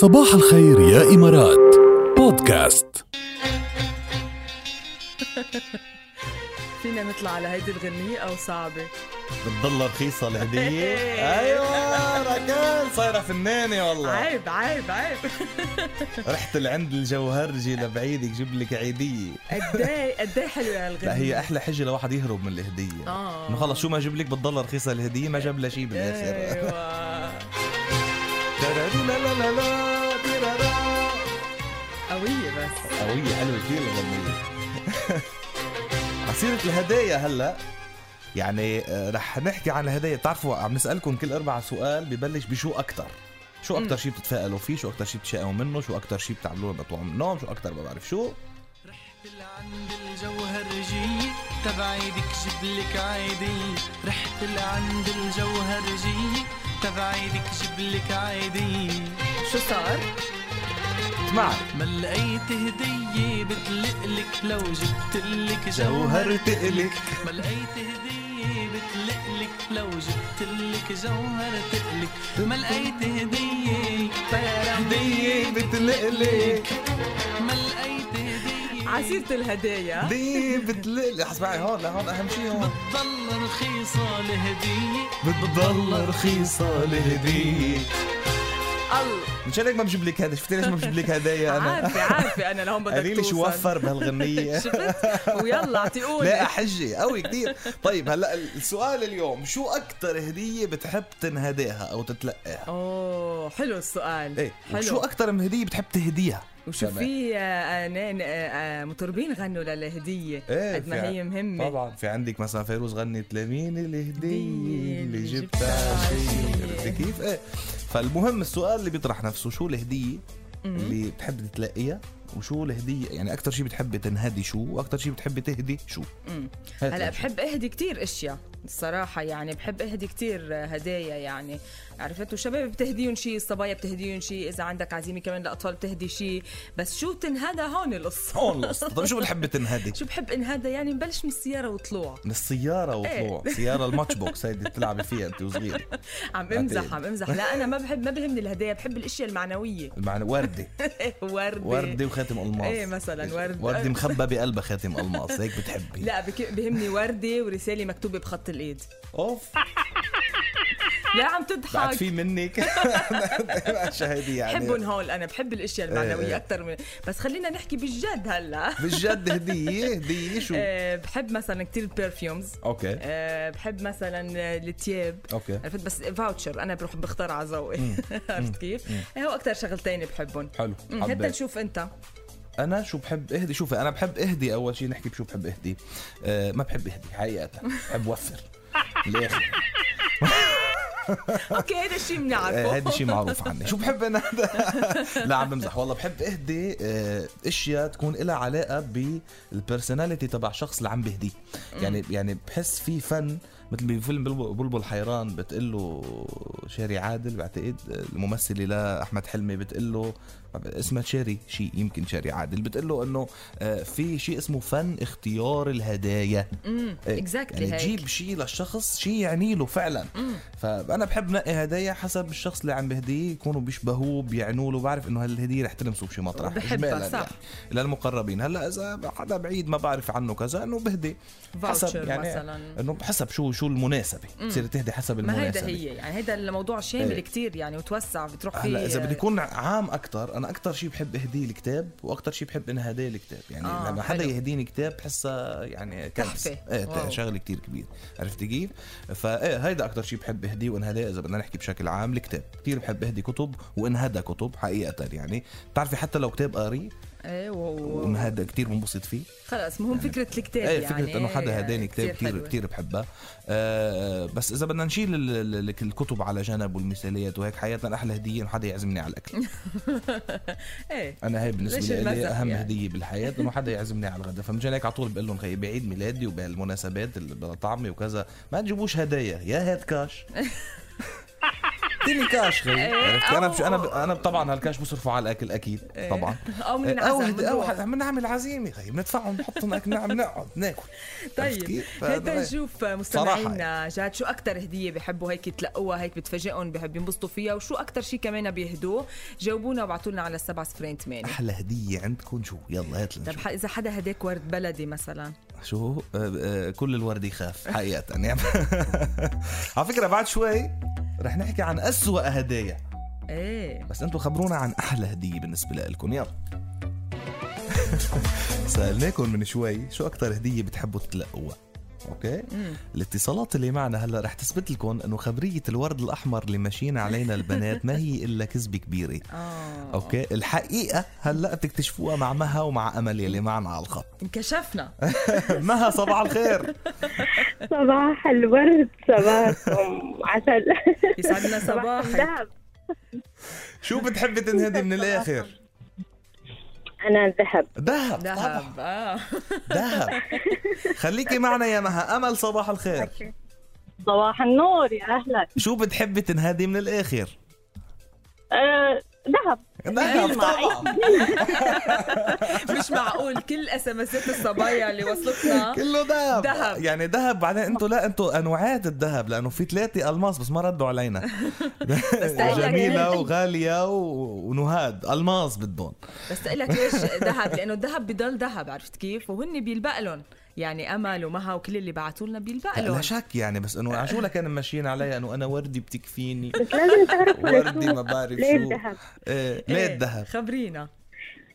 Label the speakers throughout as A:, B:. A: صباح الخير يا إمارات بودكاست
B: فينا نطلع على هيدي الغنية أو صعبة
C: بتضل رخيصة الهدية
B: إيه.
C: ايوه ركان صايرة فنانة والله
B: عيب عيب عيب
C: رحت لعند الجوهرجي لبعيدك جيب لك عيدية
B: قد ايه قد ايه حلوة هالغنية
C: لا هي احلى حجة لواحد يهرب من الهدية
B: آه.
C: انه خلص شو ما جيب لك بتضل رخيصة الهدية ما جاب لها شيء بالاخر
B: ايوه
C: تراريلالالالالالالالالالالالالالالالالالالالالالالالالالالالالالالالالالالالالالالالالالالالالالالالالالالالالالالالالالالالالة.
B: قوية بس
C: قوية حلوة كثير الغنية عصيرة الهدايا هلا يعني آه، رح نحكي عن الهدايا بتعرفوا عم نسألكم كل أربع سؤال ببلش بشو أكتر شو أكتر شيء بتتفائلوا فيه شو أكتر شيء بتشائوا منه شو أكتر شيء بتعملوه بتطلعوا من النوم شو أكتر ما بعرف شو
D: رحت لعند الجوهرجية تبعيدك جبلك عيدية رحت لعند الجوهرجية تبعيدك جبلك عيدية
B: شو صار؟
C: اسمع
D: ما لقيت هدية بتلقلك لو جبتلك
C: جوهر
D: جوهر
C: تقلك
D: ما لقيت هدية بتلقلك لو جبتلك جوهر تقلك ما لقيت هدية
C: هدية بتلقلك
D: ما لقيت هدية
B: عسيرة الهدايا
C: هدية بتلقلك اسمعي هون لا هون أهم شيء هون
D: بتضل رخيصة لهدية
C: بتضل رخيصة الهدية
B: الله
C: مشان هيك ما بجيب لك هذا شفتي ليش ما بجيب لك هدايا أنا
B: عارفة عارفة أنا لهون بدك
C: قالي لي شو
B: توصل.
C: وفر بهالغنية
B: شفت؟ ويلا اعطي قولي
C: لا حجة قوي كتير طيب هلا السؤال اليوم شو أكتر هدية بتحب تنهداها أو تتلقاها؟
B: اوه حلو السؤال
C: ايه وشو
B: حلو
C: أكتر من هدية بتحب تهديها؟
B: وشو
C: كمان.
B: في آه، آه، نان- آه، آه، مطربين غنوا للهدية
C: إيه،
B: قد ما
C: في-
B: هي مهمة
C: طبعا في عندك مثلا فيروز غنت لمين الهدية
B: هدية
C: اللي
B: اللي
C: جبتها
B: جبتها
C: عشية
B: عشية.
C: عرفتي كيف؟ ايه فالمهم السؤال اللي بيطرح نفسه شو الهدية اللي بتحب تتلقيها وشو الهدية يعني أكتر شيء بتحبي تنهدي شو وأكتر شيء بتحبي تهدي شو؟
B: مم.
C: هات
B: هلا
C: لنا شو.
B: بحب اهدي كتير اشياء الصراحة يعني بحب اهدي كتير هدايا يعني عرفت وشباب بتهديهم شيء الصبايا بتهديهم شيء اذا عندك عزيمة كمان الاطفال بتهدي شيء بس شو بتنهدى هون القصة
C: هون القصة طيب شو بتحبي تنهدي؟
B: شو بحب انهدى يعني نبلش من السيارة وطلوع
C: من السيارة
B: إيه.
C: وطلوع سيارة الماتش بوكس هيدي بتلعبي فيها أنت وصغير
B: عم امزح
C: عتيق.
B: عم امزح لا انا ما بحب ما بهمني الهدايا بحب الاشياء المعنوية
C: معنى وردة
B: وردة
C: وردة وخاتم ألماس
B: إيه مثلاً وردة.
C: وردة مخبى بقلبها خاتم ألماس هيك بتحبي
B: لا بك- بهمني وردة ورسالة مكتوبة بخط الايد
C: أوف
B: آه، لا عم
C: بعد
B: تضحك
C: في منك شهادي
B: بحبهم
C: يعني
B: هول انا بحب الاشياء
C: إيه.
B: المعنوية اكثر من بس خلينا نحكي بالجد هلا
C: بالجد هدية هدية شو
B: آه، بحب مثلا كتير البرفيومز
C: أوكي
B: آه، بحب مثلا آه، التياب
C: أوكي
B: عرفت بس فاوتشر انا بروح بختار على ذوقي عرفت كيف؟ آه، هو اكثر شغلتين بحبهم
C: حلو
B: مم، حتى
C: حبيت
B: نشوف انت
C: انا شو بحب اهدي شوفي انا بحب اهدي اول شيء نحكي بشو بحب اهدي أه ما بحب اهدي حقيقه بحب وفر الاخر
B: اوكي هذا الشيء
C: آه،
B: بنعرفه
C: هيدا شيء معروف عني شو بحب انا لا عم بمزح والله بحب اهدي آه، اشياء تكون لها علاقه بالبرسوناليتي تبع شخص اللي عم بهديه يعني يعني بحس في فن مثل بفيلم بلبل بلبل حيران بتقول له شيري عادل بعتقد آه، الممثله لاحمد حلمي بتقول له اسمها شيري شيء يمكن شيري عادل بتقول له انه آه، في شيء اسمه فن اختيار الهدايا إيه،
B: exactly
C: يعني
B: هيك.
C: تجيب شيء للشخص شيء يعني له فعلا فانا بحب نقي هدايا حسب الشخص اللي عم بهديه يكونوا بيشبهوه بيعنوا له بعرف انه هالهديه رح تلمسه بشي مطرح
B: وبحبها،
C: إجمالاً يعني
B: صح.
C: للمقربين هلا اذا حدا بعيد ما بعرف عنه كذا انه بهدي
B: Voucher مثلاً.
C: انه حسب شو شو المناسبه بتصير تهدي حسب
B: ما
C: المناسبه
B: هيدا هي يعني هيدا الموضوع شامل
C: إيه.
B: كتير يعني وتوسع بتروح فيه
C: هلا اذا بدي يكون عام اكثر انا اكثر شيء بحب اهديه الكتاب واكثر شيء بحب اني هديه الكتاب يعني
B: آه،
C: آه لما حدا
B: حلو.
C: يهديني كتاب بحسها يعني كبس
B: تحفة.
C: ايه
B: واو.
C: شغله كتير كبير عرفتي كيف؟ فايه هيدا اكثر شيء بحب اهديه وانهداه اذا بدنا نحكي بشكل عام الكتاب كتير بحب اهدي كتب وانهدى كتب حقيقه يعني بتعرفي حتى لو كتاب قاري
B: ايه و- و-
C: وانهدى كتير بنبسط فيه
B: خلص مهم فكرة الكتاب
C: ايه
B: يعني
C: فكرة انه حدا هداني كتاب كثير
B: حلوة.
C: كثير بحبها آه بس اذا بدنا نشيل ال- ال- الكتب على جنب والمثاليات وهيك حقيقة احلى هدية انه حدا يعزمني على الاكل
B: ايه
C: انا هاي
B: ليش
C: بالنسبه لي
B: المزح
C: اهم
B: يعني؟
C: يعني. هديه بالحياه انه حدا يعزمني على الغداء فمشان هيك على طول بقول لهم خيي بعيد ميلادي وبهالمناسبات اللي بدها طعمي وكذا ما تجيبوش هدايا يا هات كاش اعطيني كاش خيي
B: إيه،
C: عرفت انا
B: أو-
C: بش... انا ب... انا طبعا هالكاش بصرفه على الاكل اكيد طبعا
B: إيه. أو من
C: او
B: العزم
C: إيه، هد- او
B: بنروح.
C: ح- بنعمل عزيمه خيي بندفعهم بنحطهم اكل نعم نقعد ناكل عرفت
B: طيب
C: كيف؟
B: هيدا
C: فهذا-
B: نشوف
C: صراحة
B: مستمعينا جاد شو اكثر هديه بحبوا هيك يتلقوها هيك بتفاجئهم بحب ينبسطوا فيها وشو اكثر شيء كمان بيهدوه جاوبونا وابعتوا لنا على 7 صفرين 8
C: احلى هديه عندكم شو يلا هات لنا
B: طب ح- اذا حدا هداك ورد بلدي مثلا
C: شو آه، آه، كل الورد يخاف حقيقة يعني على فكرة بعد شوي رح نحكي عن أسوأ هدايا
B: ايه
C: بس انتم خبرونا عن أحلى هدية بالنسبة لكم يلا سألناكم من شوي شو أكتر هدية بتحبوا تتلقوها اوكي الاتصالات اللي معنا هلا رح تثبت لكم انه خبريه الورد الاحمر اللي ماشيين علينا البنات ما هي الا كذبه كبيره
B: اه
C: اوكي الحقيقه هلا بتكتشفوها مع مها ومع امل اللي معنا على الخط
B: انكشفنا
C: مها صباح الخير
E: صباح الورد صباحكم عسل
B: يسعدنا صباحك
E: الذهب
C: شو بتحبي تنهدي من الاخر؟
E: أنا الذهب
C: ذهب طبعاً،
B: ذهب اه
C: ذهب خليكي معنا يا مها امل صباح الخير
E: صباح النور يا أهلا
C: شو بتحبي تنهدي من الاخر؟
E: أه، ذهب
C: ذهب طبعا
B: مش معقول كل اس ام الصبايا اللي وصلتنا
C: كله ذهب
B: ذهب.
C: يعني ذهب بعدين انتوا لا انتوا انواعات الذهب لانه في ثلاثه الماس بس ما ردوا علينا جميله وغاليه و- ونهاد الماس بدهم
B: بس لك ليش ذهب لانه الذهب بضل ذهب عرفت كيف وهن بيلبق لهم يعني امل ومها وكل اللي بعثوا لنا بيلبق
C: لا
B: لهم
C: شك يعني بس انه عشو لكان ماشيين علي انه انا وردي بتكفيني
E: بس لازم تعرف
C: وردي
E: ليش
C: ما بعرف
E: ليه
C: شو
E: الذهب
C: إيه،
B: إيه،
C: ليه الذهب
B: خبرينا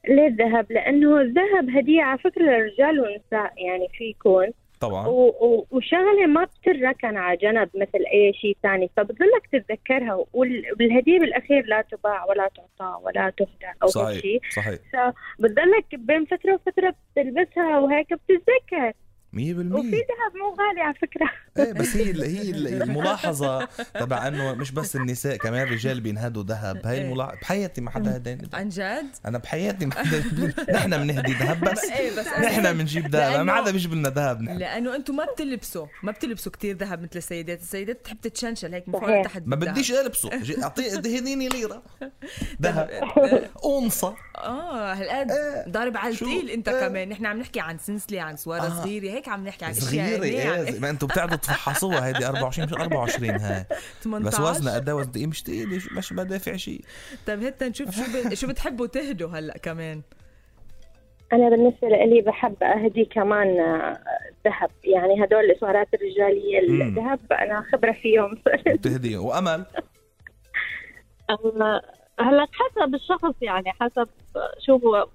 E: ليه الذهب لأنه الذهب هدية على فكرة للرجال والنساء يعني في يكون
C: طبعا
E: و- و- وشغلة ما بتركن على جنب مثل أي شيء ثاني فبتضلك تتذكرها وال- والهدية بالأخير لا تباع ولا تعطى ولا تهدى أو هيك شيء
C: صحيح صحيح
E: بتضلك بين فترة وفترة بتلبسها وهيك بتتذكر
C: 100%
E: وفي ذهب مو غالي على فكرة
C: ايه بس هي هي الملاحظه تبع انه مش بس النساء كمان الرجال بينهدوا ذهب هاي
B: إيه.
C: الملاحظه بحياتي ما حدا هداني ذهب.
B: عن جد؟
C: انا بحياتي ما حدا نحن بنهدي ذهب بس
B: ايه بس
C: نحن بنجيب ذهب ما حدا بيجيب لنا ذهب نحن
B: لانه انتم ما بتلبسوا ما بتلبسوا كتير ذهب مثل السيدات السيدات بتحب تتشنشل هيك من فوق
E: صحيح.
B: لتحت
C: ما
B: بالذهب.
C: بديش البسه جي- اعطي هديني ليره ذهب اونصه
B: اه هالقد
C: إيه.
B: ضارب على
C: شو؟
B: التيل انت
C: إيه.
B: كمان نحن عم نحكي عن سنسله عن سواره
C: آه.
B: صغيره هيك عم نحكي عن اشياء
C: صغيره
B: يعني
C: ايه ما انتم بتقعدوا تفحصوها هيدي 24 مش 24 هاي
B: 18
C: بس وزنها قد ايه وزن إيه، مش تقيله شو- مش بدافع شيء
B: طيب هتا نشوف شو ب... شو بتحبوا تهدوا هلا كمان
E: أنا بالنسبة لي بحب أهدي كمان آه، ذهب يعني هدول الإسعارات الرجالية الذهب أنا خبرة فيهم
C: بتهديه وامل
F: أما هلا حسب الشخص يعني حسب شو هو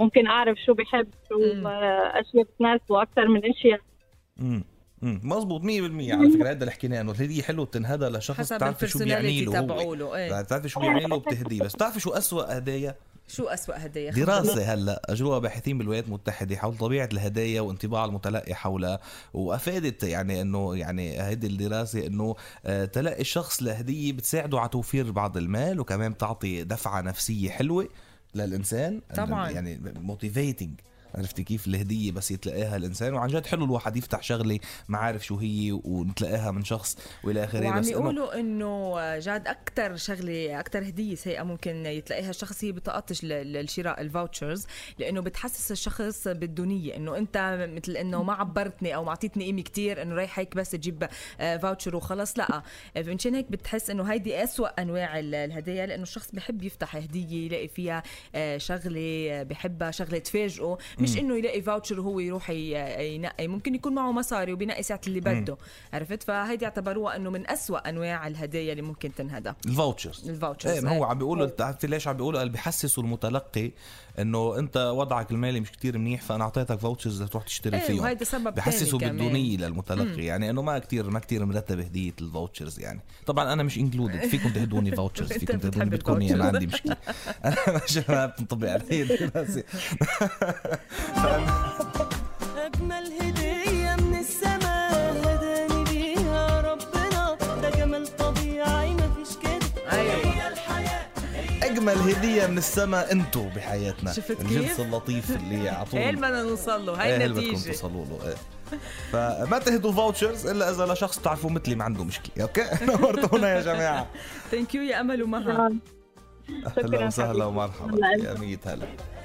F: ممكن اعرف شو بحب شو
B: مم.
F: آه، اشياء بتناسبه اكثر من اشياء
C: امم امم مزبوط 100% على فكره هذا اللي حكيناه انه الهديه حلوه بتنهدى لشخص
B: حسب
C: بتعرفي شو بيعني
B: البرسوناليتي
C: له هو
B: تبعوا له ايه
C: بتعرفي شو بيعني له وبتهديه بس بتعرفي شو أسوأ هدايا
B: شو أسوأ هديه
C: دراسه هلا اجروها باحثين بالولايات المتحده حول طبيعه الهدايا وانطباع المتلقي حولها وافادت يعني انه يعني هيدي الدراسه انه آه، تلقي الشخص لهديه بتساعده على توفير بعض المال وكمان بتعطي دفعه نفسيه حلوه للانسان
B: طبعاً.
C: يعني موتيفيتنج عرفتي كيف الهدية بس يتلاقيها الإنسان وعن جد حلو الواحد يفتح شغلة ما عارف شو هي ونتلاقيها من شخص وإلى آخره
B: وعم
C: بس إنه
B: يقولوا انه جاد اكثر شغله اكثر هديه سيئه ممكن يتلاقيها الشخص هي بطاقه ال- الشراء الفاوتشرز لانه بتحسس الشخص بالدونيه انه انت مثل انه ما عبرتني او ما اعطيتني قيمه كثير انه رايح هيك بس تجيب آه، فاوتشر وخلص لا فمنشان هيك بتحس انه هيدي أسوأ انواع ال- الهدايا لانه الشخص بحب يفتح هديه يلاقي فيها آه، شغله آه، بحبها شغله تفاجئه مش انه يلاقي فاوتشر وهو يروح ي- ينقي ممكن يكون معه مصاري وبينقي ساعه اللي بده عرفت فهيدي اعتبروها انه من أسوأ انواع الهدايا اللي ممكن تنهدى
C: الفاوتشرز
B: الفاوتشرز
C: ايه ما هو عم بيقولوا بتعرفي ليش عم بيقولوا قال بحسسوا المتلقي انه انت وضعك المالي مش كتير منيح فانا اعطيتك فاوتشرز لتروح تشتري
B: إيه،
C: فيهم
B: وهيدا سبب
C: بحسسوا
B: تاني كمان.
C: بالدونيه للمتلقي يعني انه ما كتير ما كتير مرتبه هديه الفاوتشرز يعني طبعا انا مش انكلودد فيكم تهدوني فاوتشرز
B: أنت
C: فيكم تهدوني
B: بتحب
C: بدكم اياه ما
B: الفاوتشرز.
C: عندي مشكله انا مش ما بتنطبق علي الدراسه
G: أجمل هدية من السماء هداني بيها ربنا ده جمال طبيعي مفيش كده
B: ايوه
C: اجمل اجمل هديه من السماء انتم بحياتنا
B: شفت كيف؟
C: الجنس اللطيف اللي على
B: هيل
C: طول
B: بدنا نوصل له
C: إيه
B: هاي
C: هل بدكم
B: النتيجه
C: توصلوا له ايه فما تهدوا فاوتشرز الا اذا لشخص بتعرفوا مثلي ما عنده مشكله اوكي نورتونا يا جماعه
B: ثانك يو يا امل ومها
F: شكراً
C: اهلا وسهلا
F: حبيبي.
C: ومرحبا
F: هلا أنت.
C: يا ميت هلا